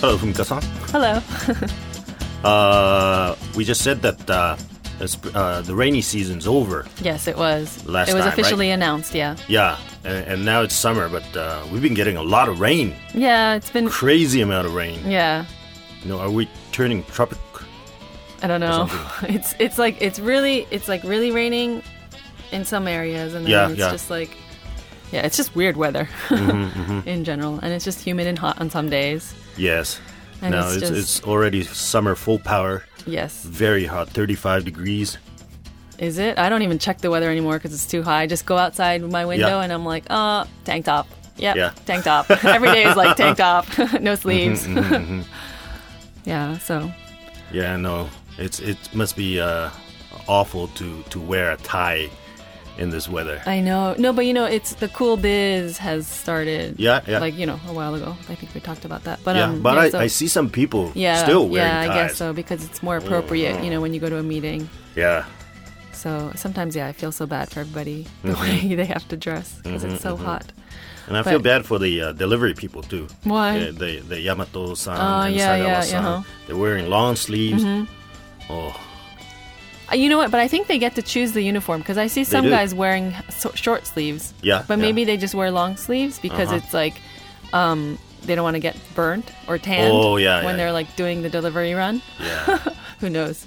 Hello, Fumika-san. Hello. Uh, we just said that uh, the sp- uh, the rainy season's over. yes, it was. Last it was time, right? officially announced, yeah. Yeah, and, and now it's summer, but uh, we've been getting a lot of rain. Yeah, it's been. Crazy amount of rain. Yeah. You know, are we turning tropic? I don't know. It's it's like it's really it's like really raining in some areas and then Yeah, it's yeah. Mm-hmm, just like yeah, it's just weird weather in general and it's just humid and hot on some days. Yes. And now it's it's, just- it's already summer full power. Yes. Very hot, 35 degrees. Is it? I don't even check the weather anymore cuz it's too high. I just go outside my window Yeah. and I'm like, "Uh, tank top." Yep, Yeah. Mm-hmm, tank top. Every day is like tank top, no sleeves. yeah, so Yeah, no, it's it must be uh, awful to to wear a tie in this weather. I know. No, but you know, it's the cool biz has started. Yeah, yeah. Like you know, a while ago. I think we talked about that. But yeah, um, but yeah, I, so- I see some people Yeah, still wearing yeah, I ties. guess so because it's more appropriate, you know, when you go to a meeting. Yeah, So sometimes, yeah, I feel so bad for everybody the Mm-hmm. way they have to dress because it's so hot. and I feel But- bad for the uh, delivery people too. Why? mm-hmm. Yeah, the the Yamato-san Oh, and yeah, yeah, Sagawa-san, uh-huh. Mm-hmm. they're wearing long sleeves. Oh, Uh, You know what? But I think they get to choose the uniform because I see some do. guys wearing so- short sleeves. Yeah, But yeah. Uh-huh. maybe they just wear long sleeves because it's like um, they don't want to get burnt or tanned Oh, yeah, yeah, when they're yeah. like doing the delivery run. yeah. Who knows?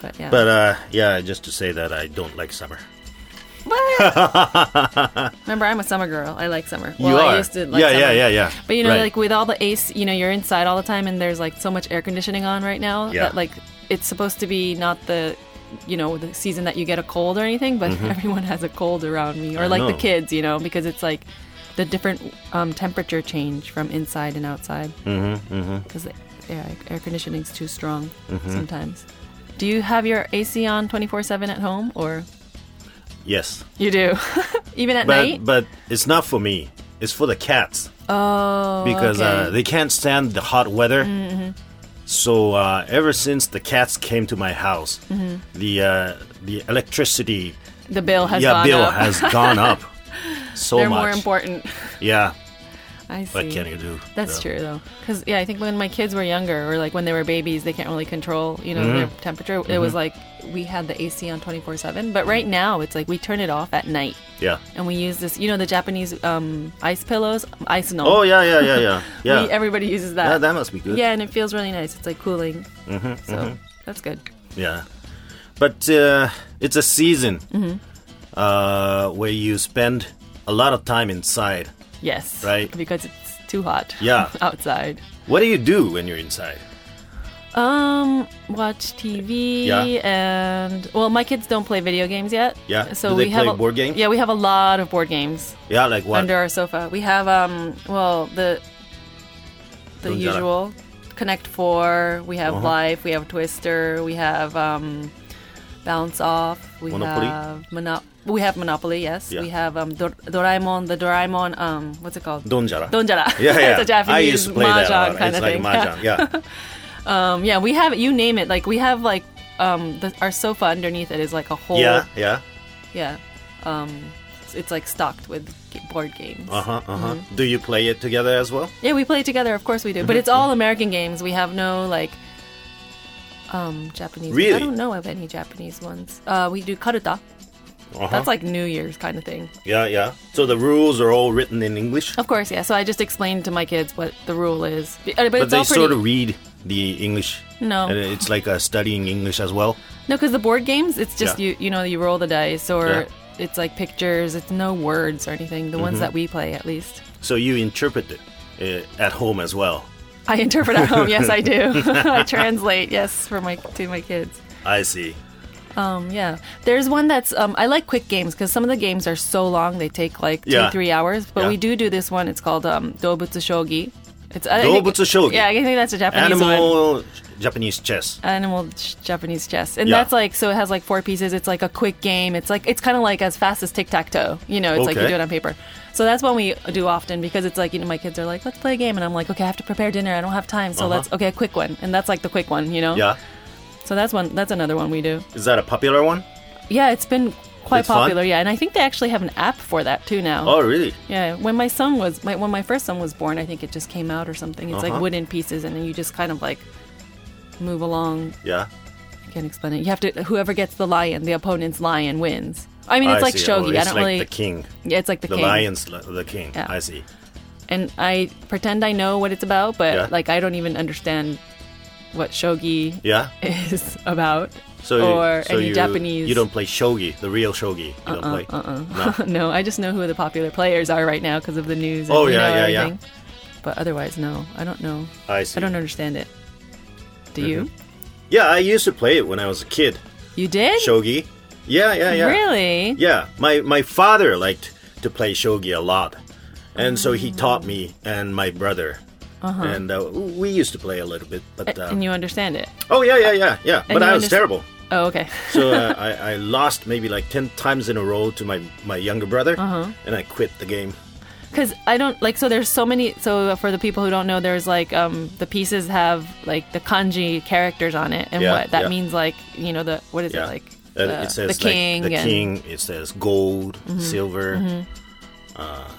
But yeah. Mm-hmm. but uh, yeah, just to say that I don't like summer. What? Remember, I'm a summer girl. I like summer. Well, you are. I used to like yeah, summer. yeah, yeah, yeah. But you know, Right. like with all the ace, you know, you're inside all the time, and there's like so much air conditioning on right now Yeah. that like it's supposed to be not the, you know, the season that you get a cold or anything, but everyone has a cold around me, or Mm-hmm. I like the know. kids, you know, because it's like the different um, temperature change from inside and outside. Mm-hmm. Because yeah, like, air conditioning's too strong Mm-hmm. sometimes. Do you have your AC on 24 7 at home, or yes, you do? Even at but night? but it's not for me. It's for the cats. Oh, because uh, okay. Mm-hmm. they can't stand the hot weather. So uh, ever since the cats came to my house, Mm-hmm. the uh, the electricity the bill has uh, yeah gone bill up. has gone up so They're much. more important. Yeah, I see. what can you do? That's Yeah. true though, because yeah, I think when my kids were younger, or like when they were babies, they can't really control, you know, their Mm-hmm. temperature. It was like we had the AC on twenty four seven, but right now it's like we turn it off at night, Yeah. and we use this, you know, the Japanese um, ice pillows, ice no. Oh yeah, yeah, yeah, yeah, yeah. We, everybody uses that. yeah, that Mm-hmm, must be good. Yeah, and it feels really nice. It's like cooling, so that's good. Yeah. But uh, it's a season Mm-hmm. uh, where you spend a lot of time inside. Yes, Right. Because it's too hot. Yeah. outside. What do you do when you're inside? Um, watch TV Yeah. and well, my kids don't play video games yet. Yeah. So Do they we have play a, board games? Uh, Yeah, we have a lot of board games Yeah, like what? under our sofa. We have um, well, the Don't Uh-huh. the get it. usual Connect Four. We have Life. We have Twister. We have um, Bounce Off. We Monopoly? have Monop. We have Monopoly. Yes. Yeah. We have um, Dor- Doraemon. The Doraemon. Um, what's it called? Donjara. Donjara. Yeah, yeah. it's I a Japanese used to play that mahjong a lot. kind it's of like thing. mahjong. Yeah, Um, yeah, we have you name it. Like we have like um, the, our sofa underneath it is like a whole yeah, yeah. yeah. Um, it's, it's like stocked with g- board games. Uh huh. Uh huh. Mm-hmm. Do you play it together as well? Yeah, we play it together. Of course we do. Mm-hmm. But it's all American games. We have no like um, Japanese. I Really? don't know of any Japanese ones. Uh, we do karuta. Uh-huh. That's like New Year's kind of thing. yeah, yeah. So the rules are all written in English, Of course, yeah. So I just explained to my kids what the rule is. B- uh, But, but it's they all pretty. sort of read the English. No. and it's like uh, studying English as well. No, because the board games, it's just Yeah. you you know you roll the dice or Yeah. Mm-hmm. it's like pictures. It's no words or anything. The ones that we play, at least. So you interpret it uh, at home as well. I interpret at home. Yes, I do. I translate. Yes, for my to my kids. I see. Um, yeah, there's one that's um, I like quick games because some of the games are so long they take like two Yeah. three hours. But Yeah. we do do this one. It's called um, Dobutsu Shogi. It's uh, I think- Dobutsu shogi. Yeah, I think that's a Japanese one. Animal Japanese chess. animal ch- Japanese chess, and Yeah. that's like so it has like four pieces. It's like a quick game. It's like it's kind of like as fast as tic tac toe. You know, it's like you Okay. do it on paper. So that's one we do often because it's like you know my kids are like let's play a game, and I'm like okay I have to prepare dinner. I don't have time, so Uh-huh. let's okay a quick one, and that's like the quick one. You know, Yeah. So that's one. That's another one we do. Is that a popular one? Yeah, it's been quite It's fun? popular, yeah. And I think they actually have an app for that too now. Oh, really? Yeah, when my son was my, when my first son was born, I think it just came out or something. It's Uh-huh. like wooden pieces, and then you just kind of like move along. Yeah. I can't explain it. You have to whoever gets the lion, the opponent's lion wins. I mean, it's like see. shogi. Oh, it's I don't like really. the king, yeah, it's like the, the king. lion's li- the king. Yeah. I see. And I pretend I know what it's about, but Yeah. like I don't even understand what shogi Yeah. is about. So you- or so any you, Japanese. Uh-uh, You don't play shogi, the real shogi. You don't play. No. no, I just know who the popular players are right now because of the news. And Oh, you yeah, know yeah, yeah. everything. But otherwise, no, I don't know. I see. Mm-hmm. I don't understand it. Do you? Yeah, I used to play it when I was a kid. You did? Shogi. Yeah, yeah, yeah. Really? Yeah, my my father liked to play shogi a lot, and so he taught me and my brother. And uh, we used to play a little bit, but uh, Uh-huh. And you understand it? oh yeah, yeah, yeah, yeah. But you I was underst- terrible, Oh, okay. so uh, I, I lost maybe like ten times in a row to my my younger brother, Uh-huh. and I quit the game. Because I don't like. So there's so many. So for the people who don't know, there's like um the pieces have like the kanji characters on it, and Yeah, what that yeah. means like you know the what is Yeah, it like? And the, it says the king, like the and, Mm-hmm. king. It says gold, silver. and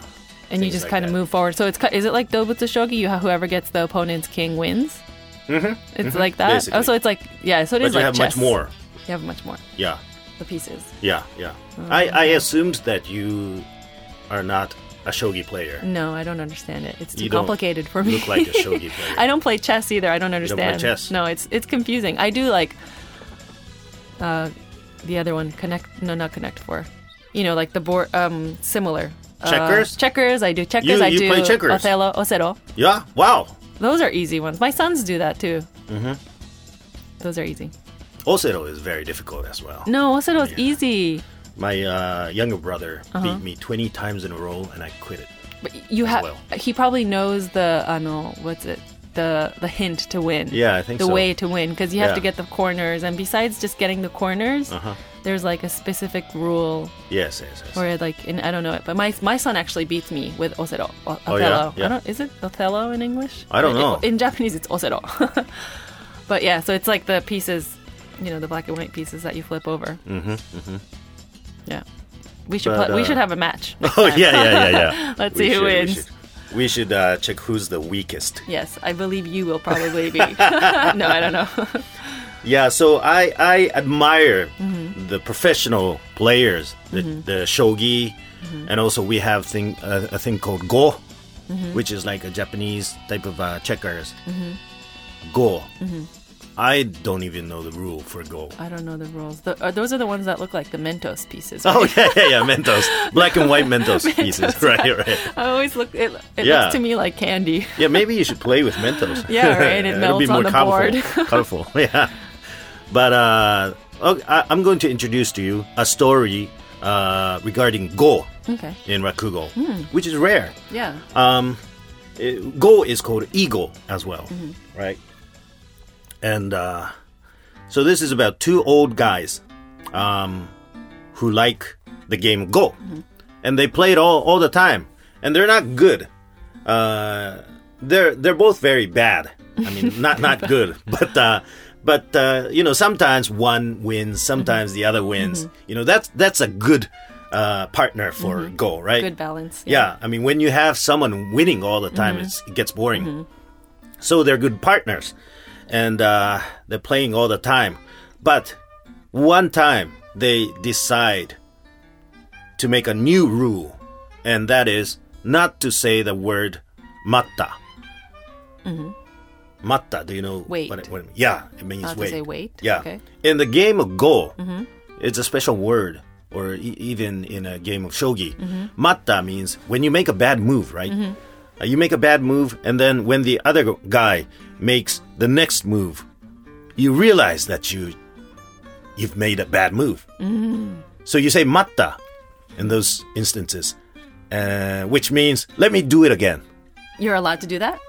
you things just like kind of that. move forward. So it's ki- is it like Dobutsu Shogi? You ha- whoever gets the opponent's king wins. Mm-hmm. It's like that. basically. Oh, so it's like yeah. So it But is you like have chess. much more. You have much more. Yeah, The pieces. yeah, yeah. I I Mm-hmm. assumed that you are not a shogi player. No, I don't understand it. It's too You don't complicated for me. look like a shogi player. I don't play chess either. I don't don't understand. play chess? No, it's it's confusing. I do like uh, the other one, Connect. No, not Connect Four. You know, like the board, um, similar. Uh, Checkers? checkers. I do checkers. You- I you do play checkers? Othello, Ocero. Yeah. Wow. Those are easy ones. My sons do that too. Mm-hmm. Those are easy. Osero is very difficult as well. No, Ocero is easy. My uh, younger brother Uh-huh. beat me 20 times in a row and I quit it. But you have. well. He probably knows the. I know what's it. The the hint to win. Yeah, I think the so. way to win because you have Yeah. Uh-huh. to get the corners, and besides just getting the corners, there's like a specific rule Yes, yes, yes. or like in, I don't know it, but my my son actually beats me with Osero. O- Oh, Othello. yeah? Yeah. I don't, is it Othello in English? I don't In- know. In Japanese, it's Osero. but yeah, so it's like the pieces, you know, the black and white pieces that you flip over. Mm-hmm. mm-hmm. Yeah. We should But, pla- we uh, should have a match. next Oh, time. yeah, yeah, yeah, yeah. Let's We see who should- We wins. should, we should, uh, check who's the weakest. Yes, I believe you will probably be. no, I don't know. Yeah, so I, I admire Mm-hmm. the professional players, the, the shogi, Mm-hmm. and also we have thing uh, a thing called go, Mm-hmm. which is like a Japanese type of uh, checkers. Go. Mm-hmm. I don't even know the rule for go. I don't know the rules. The, uh, those are the ones that look like the Mentos pieces. Oh yeah, yeah, yeah, Mentos, black and white Mentos, pieces, right, right. I always look. It, it Yeah. looks to me like candy. Yeah, maybe you should play with Mentos. Yeah, right, it It'll be melts on more the colorful. colorful, yeah. But uh, okay, I, I'm going to introduce to you a story uh, regarding go Okay. in rakugo, Hmm. which is rare. Yeah. Uh, go is called eagle as well, right? And uh, so this is about two old guys um, who like the game Go, and they play it all all the time, and they're not good. Uh, they're they're both very bad. I mean, not not good, but. Uh, but uh, you know, sometimes one wins, sometimes the other wins. You know, that's that's a good uh, partner for Go, right? Good balance. Yeah, I mean, when you have someone winning all the time, Mm-hmm. it's, it gets boring. So they're good partners, and uh, they're playing all the time. But one time they decide to make a new rule, and that is not to say the word matta. Mm-hmm. Matta, do you know Wait. what it, what it means? Yeah, it means Not to wait. say wait? Yeah. Okay. Mm-hmm. In the game of Go, it's a special word, or e- even in a game of shogi. Mm-hmm. Matta means when you make a bad move, right? Uh, you make a bad move, and then when the other guy makes the next move, you realize that you you've made a bad move. Mm-hmm. So you say matta in those instances, uh, which means let me do it again. You're allowed to do that.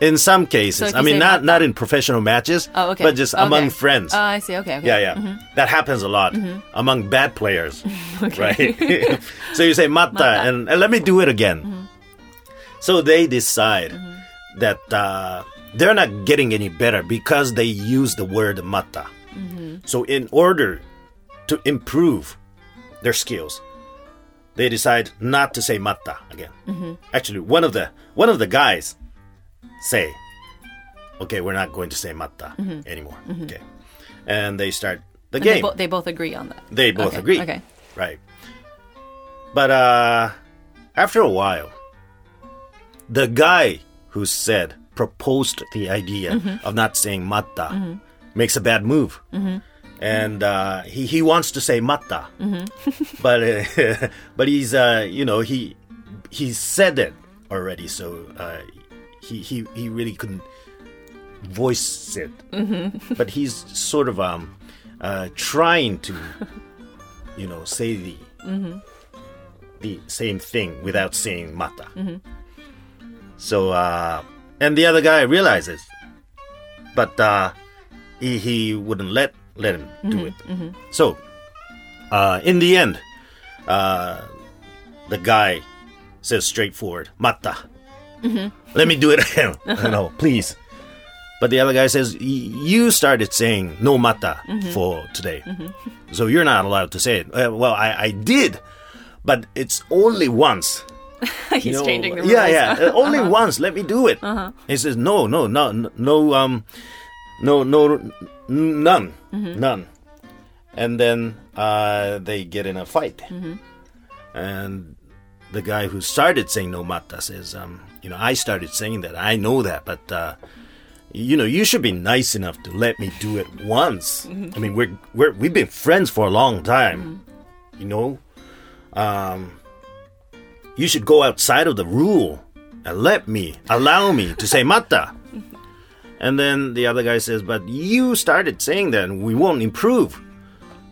In some So cases, if I you mean say not matta- not in professional matches, Oh, okay. but just Okay. among friends. Oh, I see. Okay. okay. Yeah, yeah. That happens a lot among bad players, right? so you say mata, Mata. Mm-hmm. And, and let me do it again. So they decide that uh, they're not getting any better because they Mm-hmm. use the word mata. So in order to improve their skills, they decide not to say matta again. Mm-hmm. Actually, one of the one of the guys say, "Okay, we're not going to say matta anymore." Okay, and they start the Mm-hmm. And They, game. bo- they both agree on that. They both Okay, agree. Okay. Right. But uh after a while, the guy who said proposed the idea Mm-hmm. of not saying matta makes a bad move. And uh, he he wants to say matta, Mm-hmm. but uh, but he's uh, you know he he said it already, so uh, he he he really couldn't voice it. Mm-hmm. But he's sort of um uh, trying to you know, say the the same thing without saying mata. So, uh, and the other guy realizes, but uh, he, he wouldn't let let him do it. So, uh, in the end, uh, the guy says straightforward, mata. Let me do it again. no, please. But the other guy says, "Y- You started saying no mata for today. So you're not allowed to say it. Uh, well, I, I did, but it's only once. He's you know. changing the rules. Uh-huh. Yeah, yeah. uh, only once. Let me do it. He says, No, no, no, n- no, um, no, no, n- none, Mm-hmm. none. And then uh, they get in a fight. Mm-hmm. And the guy who started saying no mata says, um, You know, I started saying that. I know that, but. Uh, you know, you should be nice enough to let me do it once. Mm-hmm. I mean, we're, we're we've been friends for a long time. Mm-hmm. You know, um, you should go outside of the rule and let me allow me to say mata. And then the other guy says, "But you started saying that, and we won't improve.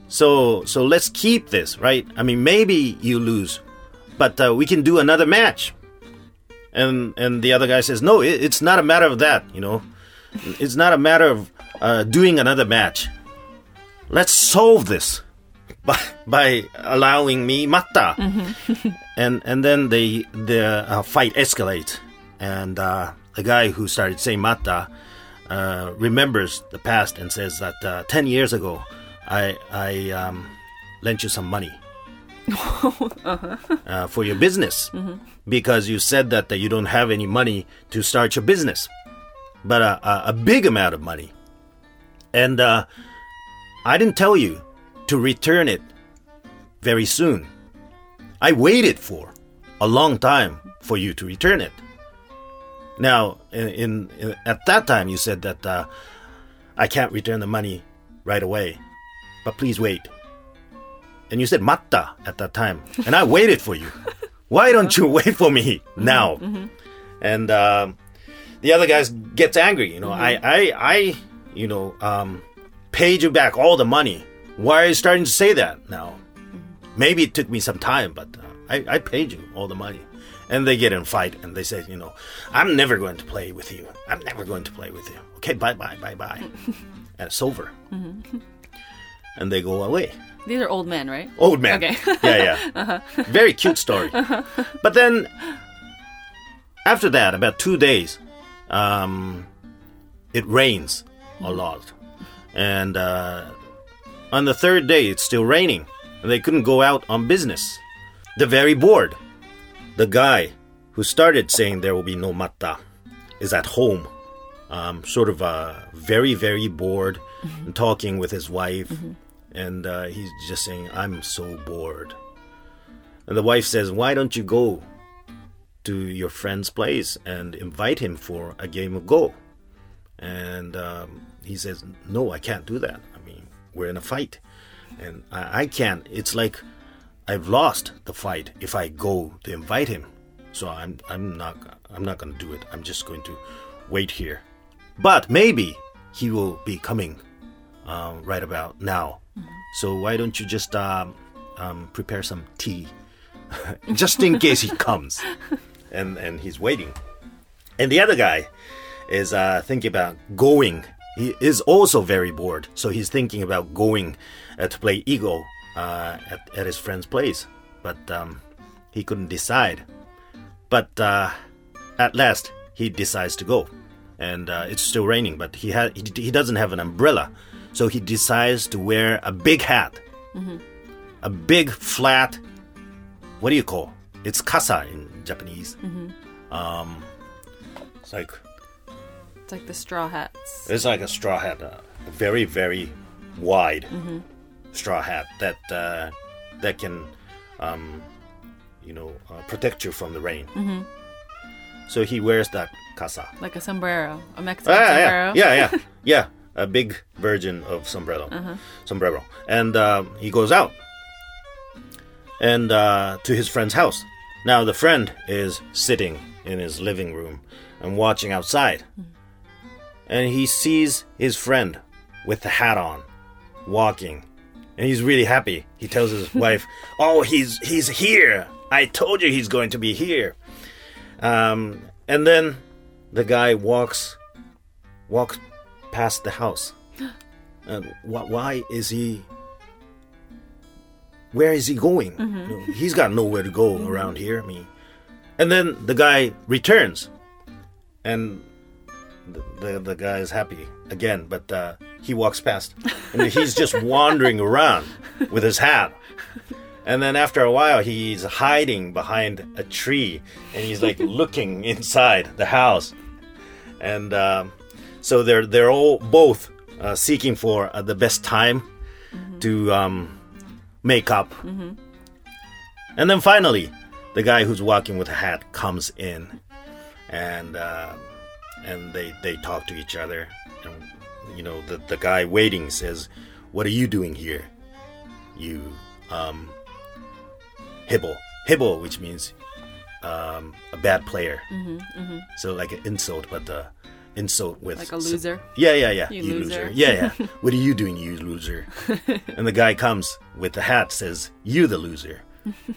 So so let's keep this, right? I mean, maybe you lose, but uh, we can do another match." And and the other guy says, "No, it, it's not a matter of that. You know, it's not a matter of uh, doing another match. Let's solve this." by by allowing me matta. and and then they the uh, fight escalates, and uh, the guy who started saying matta uh, remembers the past and says that uh, ten years ago, I I um, lent you some money. uh, for your business because you said that, that you don't have any money to start your business but uh, a, a big amount of money and uh, I didn't tell you to return it very soon. I waited for a long time for you to return it. Now, in, in, in- at that time, you said that uh, I can't return the money right away, but please wait. And you said matta at that time, and I waited for you. Why don't you wait for me now? And um the other guy gets angry. You know, I, I, I, you know, um, paid you back all the money. Why are you starting to say that now? Maybe it took me some time, but uh, I, I paid you all the money. And they get in a fight and they say, you know, I'm never going to play with you. I'm never going to play with you. Okay, bye bye, bye bye. and it's over. And they go away. These are old men, right? Old man. Okay. yeah, yeah. Very cute story. But then, after that, about two days, um, it rains a lot. And uh, on the third day, it's still raining. And they couldn't go out on business. They're very bored. The guy who started saying there will be no matta is at home, um, sort of uh, very, very bored, and talking with his wife. And uh, he's just saying, I'm so bored. And the wife says, Why don't you go to your friend's place and invite him for a game of Go? And um, he says, No, I can't do that. I mean, we're in a fight. And I, I can't. It's like I've lost the fight if I go to invite him. So I'm, I'm not, I'm not going to do it. I'm just going to wait here. But maybe he will be coming um, right about now. So why don't you just um, um, prepare some tea, just in case he comes, and and he's waiting. And the other guy is uh, thinking about going. He is also very bored, so he's thinking about going uh, to play ego uh, at at his friend's place, but um, he couldn't decide. But uh, at last, he decides to go, and uh, it's still raining. But he ha- he, he doesn't have an umbrella, so he decides to wear a big hat. a big flat. What do you call? It's kasa in Japanese. Um, it's like It's like the straw hats. it's like a straw hat, a very very wide straw hat that uh, that can, um, you know, uh, protect you from the rain. So he wears that casa. Like a sombrero. A Mexican Ah, yeah, sombrero. yeah, yeah, yeah. A big virgin of sombrero, sombrero, and um, he goes out and uh, to his friend's house. Now the friend is sitting in his living room and watching outside, and he sees his friend with the hat on, walking, and he's really happy. He tells his wife, "Oh, he's he's here! I told you he's going to be here." Um, and then the guy walks walks past the house. And wh- why is he? Where is he going? You know, he's got nowhere to go around here. I mean, and then the guy returns, and the the, the guy is happy again. But uh, he walks past, and he's just wandering around with his hat. And then after a while, he's hiding behind a tree, and he's like looking inside the house and um, so they're they're all both uh, seeking for uh, the best time to um, make up. And then finally, the guy who's walking with a hat comes in, and uh, and they they talk to each other. And you know, the the guy waiting says, "What are you doing here? You um, hibble hibble, which means." Um, a bad player. So like an insult, but the insult with Mm-hmm, Like a loser. yeah, yeah, yeah. You loser. Yeah, yeah. what are you doing, you loser? and the guy comes with the hat, says, "You the loser.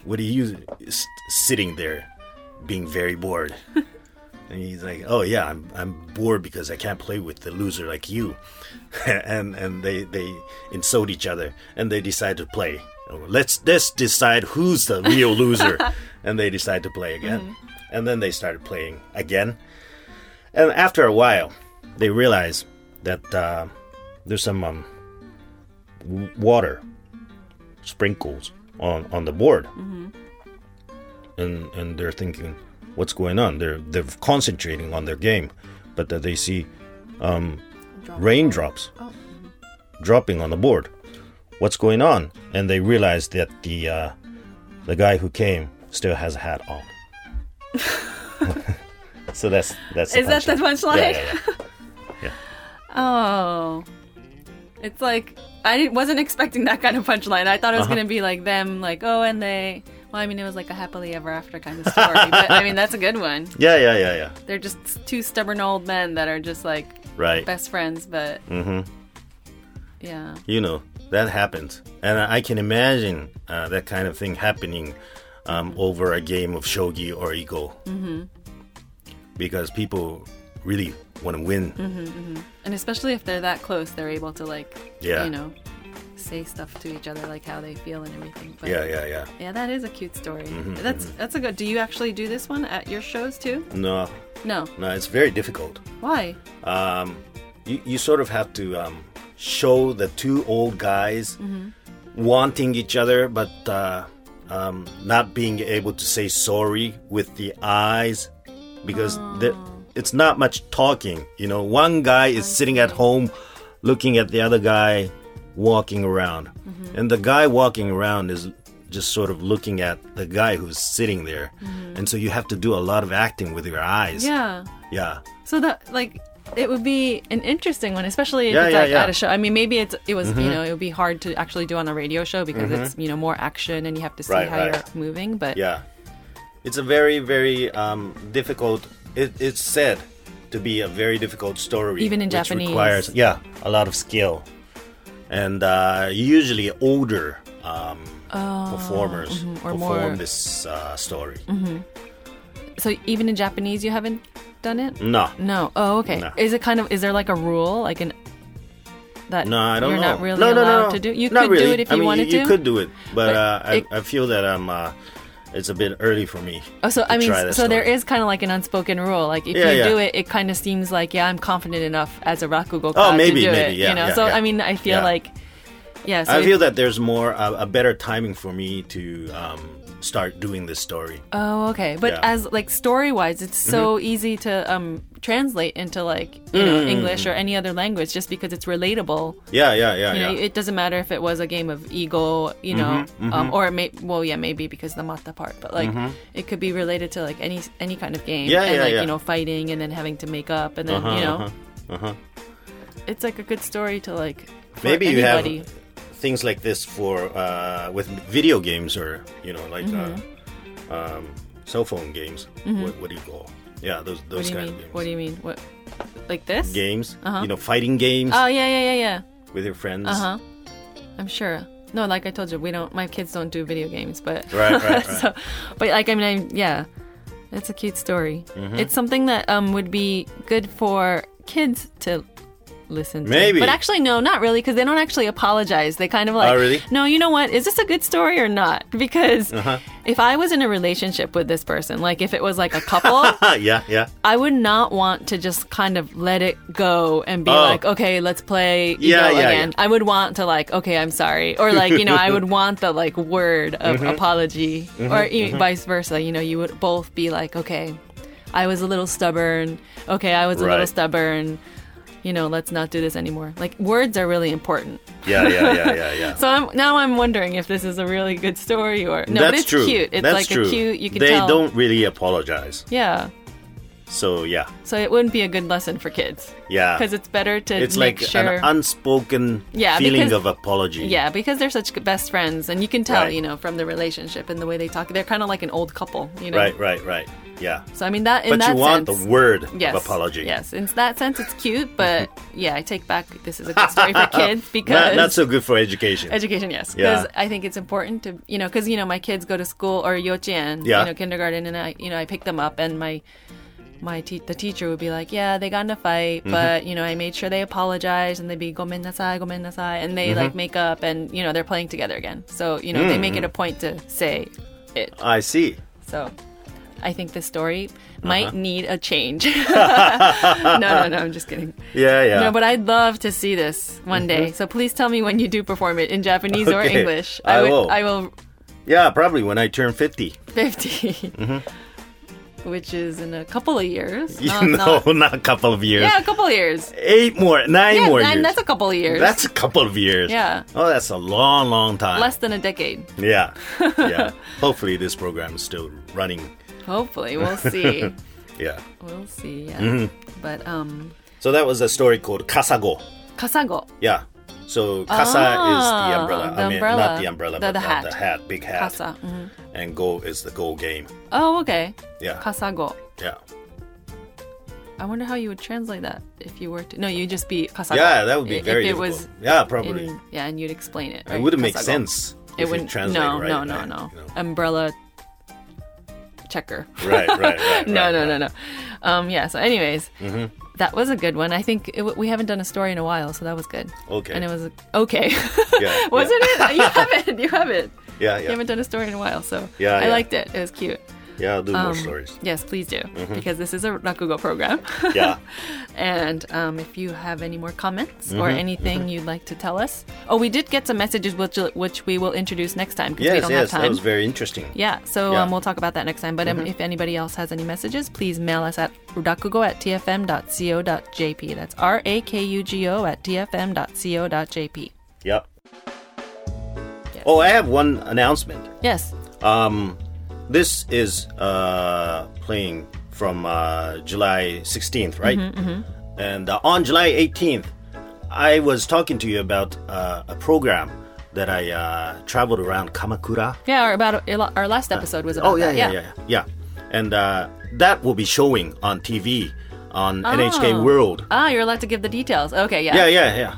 What are you s- sitting there, being very bored?" and he's like, "Oh yeah, I'm I'm bored because I can't play with the loser like you." and and they they insult each other, and they decide to play. Oh, Let's let's decide who's the real loser, and they decide to play again. Mm-hmm. And then they started playing again. And after a while, they realize that uh, there's some um, w- water sprinkles on, on the board, Mm-hmm. and and they're thinking, what's going on? They're they're concentrating on their game, but that they see um, Drop- raindrops Oh. dropping on the board. What's going on? And they realize that the uh, the guy who came still has a hat on. so that's that's Is that the punchline? Yeah, yeah, yeah. Oh. It's like I didn't, wasn't expecting that kind of punchline. I thought it was Uh-huh. going to be like them, like oh, and they. Well, I mean, it was like a happily ever after kind of story. but I mean, that's a good one. Yeah, yeah, yeah, yeah. They're just two stubborn old men that are just like Right. best friends, but Mhm. yeah, You know, that happens. And I can imagine uh, that kind of thing happening um, over a game of shogi or ego. Mm-hmm. Because people really want to win. and especially if they're that close, they're able to like Yeah. you know say stuff to each other like how they feel and everything. But Yeah, Mm-hmm. yeah, yeah. yeah, that is a cute story. That's that's a good. Do you actually do this one at your shows too? No, No. no, it's very difficult. Why? um, you, you sort of have to um, show the two old guys wanting each other but uh, um, not being able to say sorry with the eyes because the- it's not much talking you know one guy is sitting at home looking at the other guy walking around and the guy walking around is just sort of looking at the guy who's sitting there and so you have to do a lot of acting with your eyes Yeah. yeah So that like it would be an interesting one, especially if Yeah, it's yeah, like yeah. Mm-hmm. at a show. I mean, maybe it's it was you know it would be hard to actually do on a radio show because it's you know more action and you have to see Right, how right. you're moving. But Yeah. It's a very, very um, difficult. It, it's said to be a very difficult story. Even in which Japanese. Requires, yeah, a lot of skill. And uh, usually older um, performers Oh, mm-hmm, or perform more- Mm-hmm. this uh, story. so even in Japanese, you haven't done it. No. No. Oh, okay. No. Is it kind of is there like a rule like an that No, I don't you're know. not really no, no, allowed no. to do? You Not could do really. it if I you mean, wanted you, to. You could do it, but, But uh, it- I, I feel that I'm. Uh, it's a bit early for me. Oh, so I to mean, try so that there story. is kind of like an unspoken rule. Like if Yeah, you yeah. do it, it kind of seems like yeah, I'm confident enough as a rakugo Oh, maybe, to do maybe, it. yeah, you know, yeah, so yeah. I mean, I feel Yeah. like Yeah, so I it- feel that there's more uh, a better timing for me to um, start doing this story. Oh, okay. But Yeah. Mm-hmm. as like story wise, it's so easy to um, translate into like you know English or any other language just because it's relatable. Yeah, yeah, yeah, Mm-hmm, You know, yeah. it doesn't matter if it was a game of ego, you know, Um, or it may well, yeah, maybe because the mata part, but like it could be related to like any any kind of game, Mm-hmm. Yeah, and yeah, like yeah. Uh-huh, you know fighting and then having to make up and then you know, it's like a good story to like for Maybe you have anybody. things like this for uh, with video games or you know like Mm-hmm. uh, um, cell phone games. What, what do you call? Yeah, those What those do you kind mean? of games. What do you Uh-huh. mean? What like this? games, you know, fighting games Oh yeah, yeah, yeah, yeah. with your friends. Uh huh. I'm sure. No, like I told you, we don't. My kids don't do video games, but Right, right, right. so, but like I mean, I, yeah, it's a cute story. Mm-hmm. It's something that um would be good for kids to listen to. Maybe. but actually, no, not really, because they don't actually apologize. They kind of like, Oh, really? Uh-huh. no, you know what? Is this a good story or not? Because if I was in a relationship with this person, like if it was like a couple. Ah, yeah, yeah. I would not want to just kind of let it go and be Oh. like, okay, let's play ego Yeah, yeah, again. I would want to like, okay, I'm sorry, or like, you know, I would want the like word of Mm-hmm. apology, or e vice versa. You know, you would both be like, okay, I was a little stubborn. Okay, I was a little Right. stubborn. You know, let's not do this anymore. Like words are really important. Yeah, yeah, yeah, yeah, yeah. So I'm, now I'm wondering if this is a really good story or no. but That's it's true. cute. It's That's like true. a cute. You can they tell. don't really apologize. Yeah. So yeah, So it wouldn't be a good lesson for kids. yeah. because it's better to it's make like sure. an unspoken Yeah, feeling of because- apology. yeah, because they're such good best friends, and you can tell, Right. you know, from the relationship and the way they talk. They're kind of like an old couple, you know. Right, right, right. Yeah. So I mean that in but that you want sense, the word yes, of apology. Yes, in that sense, it's cute, but yeah, I take back. This is a good story for kids because Not, not so good for education. education, yes, because Yeah. I think it's important to you know because you know my kids go to school or yochian, Yeah. you know, kindergarten, and I you know I pick them up and my. My te- the teacher would be like, yeah, they got in a fight, Mm-hmm. but you know, I made sure they apologized and they'd be gomen nasai, gomen nasai, and they Mm-hmm. like make up and you know they're playing together again. So you know they make it Mm. a point to say it. I see. So I think this story Uh-huh. might need a change. no, no, no, I'm just kidding. Yeah, yeah. Mm-hmm. No, but I'd love to see this one day. So please tell me when you do perform it in Japanese or Okay, English. I would, will. I will yeah, probably when I turn 50. 50, which is in a couple of years. Mm-hmm. You Not- know, not- not, a couple of years. Uh, yeah, a couple of years. Eight more, nine Yeah, more and years. that's a couple of years. That's a couple of years. Yeah. Oh, that's a long, long time. less than a decade. Yeah. Yeah. Hopefully this program is still running. Hopefully, we'll see. Yeah. we'll see. Yeah. Mm-hmm. But um, So that was a story called Kasago. kasago. Yeah. So kasa is the Ah, umbrella. the I mean, umbrella. not the umbrella, The- but the hat. the hat, big hat. Kasa. mhm. And go is the go game. Oh, okay. Yeah. Kasago. Yeah. I wonder how you would translate that if you were to. No, you'd just be kasago. Yeah, that would be If very it difficult. was yeah, probably. in, yeah, and you'd explain it. it right? wouldn't make Kasago. sense. It if wouldn't. translate no, right, no, no, right, no, you know. Umbrella checker. Right, right, right. right no, no, right. Mm-hmm. no, no. Um, yeah. So, anyways, that was a good one. I think it, we haven't done a story in a while, so that was good. Okay. And it was okay. Yeah, Wasn't it? You haven't. You haven't. Yeah, You yeah. haven't done a story in a while, so Yeah, I yeah. liked it. It was cute. Yeah, I'll do more Um, stories. Mm-hmm. Yes, please do, because this is a Rakugo program. Yeah. And um, if you have any more comments or Mm-hmm, anything you'd like to tell us, oh, we did get some messages which which we will introduce next time because we yes, don't yes. have That time. was very interesting. yeah, so Yeah. Mm-hmm. Um, we'll talk about that next time. But um, if anybody else has any messages, please mail us at rudakugo at tfm.co.jp. That's R A K U G O at tfm.co.jp. Yep. Oh, I have one announcement. Yes. Um, this is uh, playing from uh, July 16th, right? Mm-hmm, And uh, on July 18th, I was talking to you about uh, a program that I uh, traveled around Kamakura. Yeah, our, about our last episode was about oh, yeah, that. yeah, yeah, yeah. And uh, that will be showing on TV on NHK World. Ah, you're allowed to give the details. Okay, yeah. Yeah, yeah, yeah.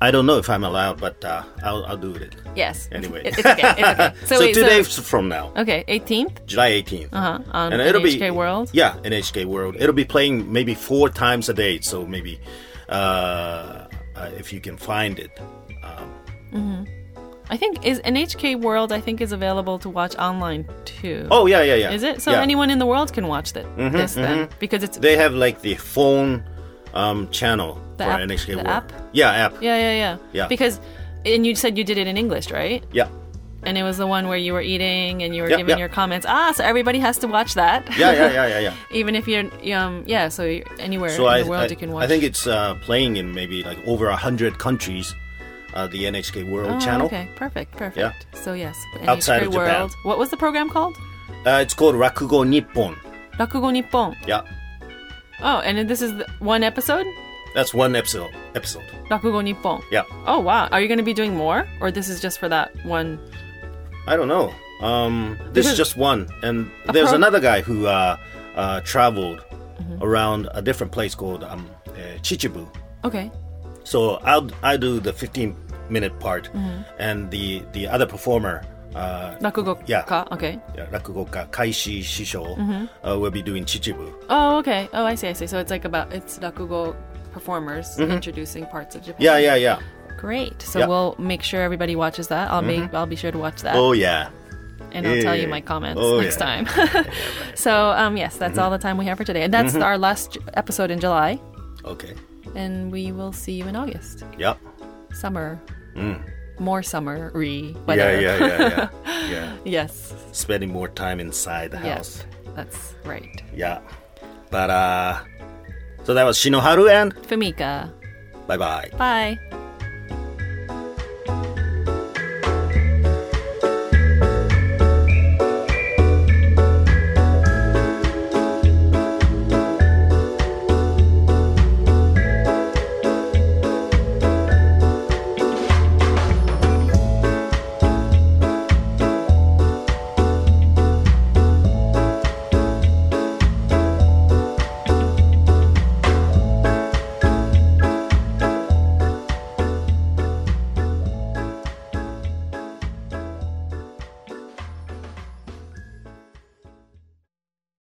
I don't know if I'm allowed, but uh, I'll, I'll do it. Yes. Anyway. It- it's okay. It's okay. So, So, wait, two so- days from now. okay, 18th. July 18th. Uh-huh. on NHK World? Yeah, NHK World. It'll be playing maybe four times a day, so maybe uh, uh, if you can find it. I think is NHK World. I think is available to watch online too. Oh, yeah, yeah, yeah. is it? So Yeah. Mm-hmm, anyone in the world can watch that, this then because it's They have like the phone um, channel The for app- NHK the World. app? Yeah, app. yeah, yeah, yeah, Yeah. Because and you said you did it in English, right? Yeah. And it was the one where you were eating and you were Yeah, giving yeah. your comments. Ah, so everybody has to watch that. Yeah, yeah, yeah, yeah, yeah. Even if you're, um, yeah, so you're anywhere So in I, the world I, you can watch. I think it's uh, playing in maybe like over a hundred countries, uh, the NHK World Oh, channel. Okay, perfect, perfect. Yeah. So yes, NHK Outside of Japan. World. What was the program called? Uh, it's called Rakugo Nippon. Rakugo Nippon. Yeah, Oh, and then this is the one episode. that's one episode. Episode. Rakugo Nippon. Yeah. Oh wow, are you going to be doing more, or this is just for that one? I don't know. Um, this Because- is just one, and there's pro- Mm-hmm. another guy who uh, uh, traveled around a different place called um, uh, Chichibu. Okay. So I'll I do the 15 minute part, Mm-hmm. and the the other performer, uh, Rakugo Yeah. ka. Okay. yeah, Rakugoka Kaishi Shisho, Mm-hmm. uh, will be doing Chichibu. Oh, okay. Oh, I see. I see. So it's like about it's Rakugo performers introducing parts of Japan. Mm-hmm. Yeah, yeah, yeah. Great. So Yeah. Mm-hmm. we'll make sure everybody watches that. I'll be I'll be sure to watch that, Oh yeah. and I'll tell you yeah. my comments Oh, next yeah. Mm-hmm. time. so um, yes, that's all the time we have for today, and that's our last j- episode in July. Okay. and we will see you in August. Yep. Summer. More summery Yeah, weather. Mm. yeah, yeah, yeah. yeah. Yes. Spending more time inside the house. Yes. That's right. Yeah. But uh so that was Shinoharu and Famika. bye bye. Bye.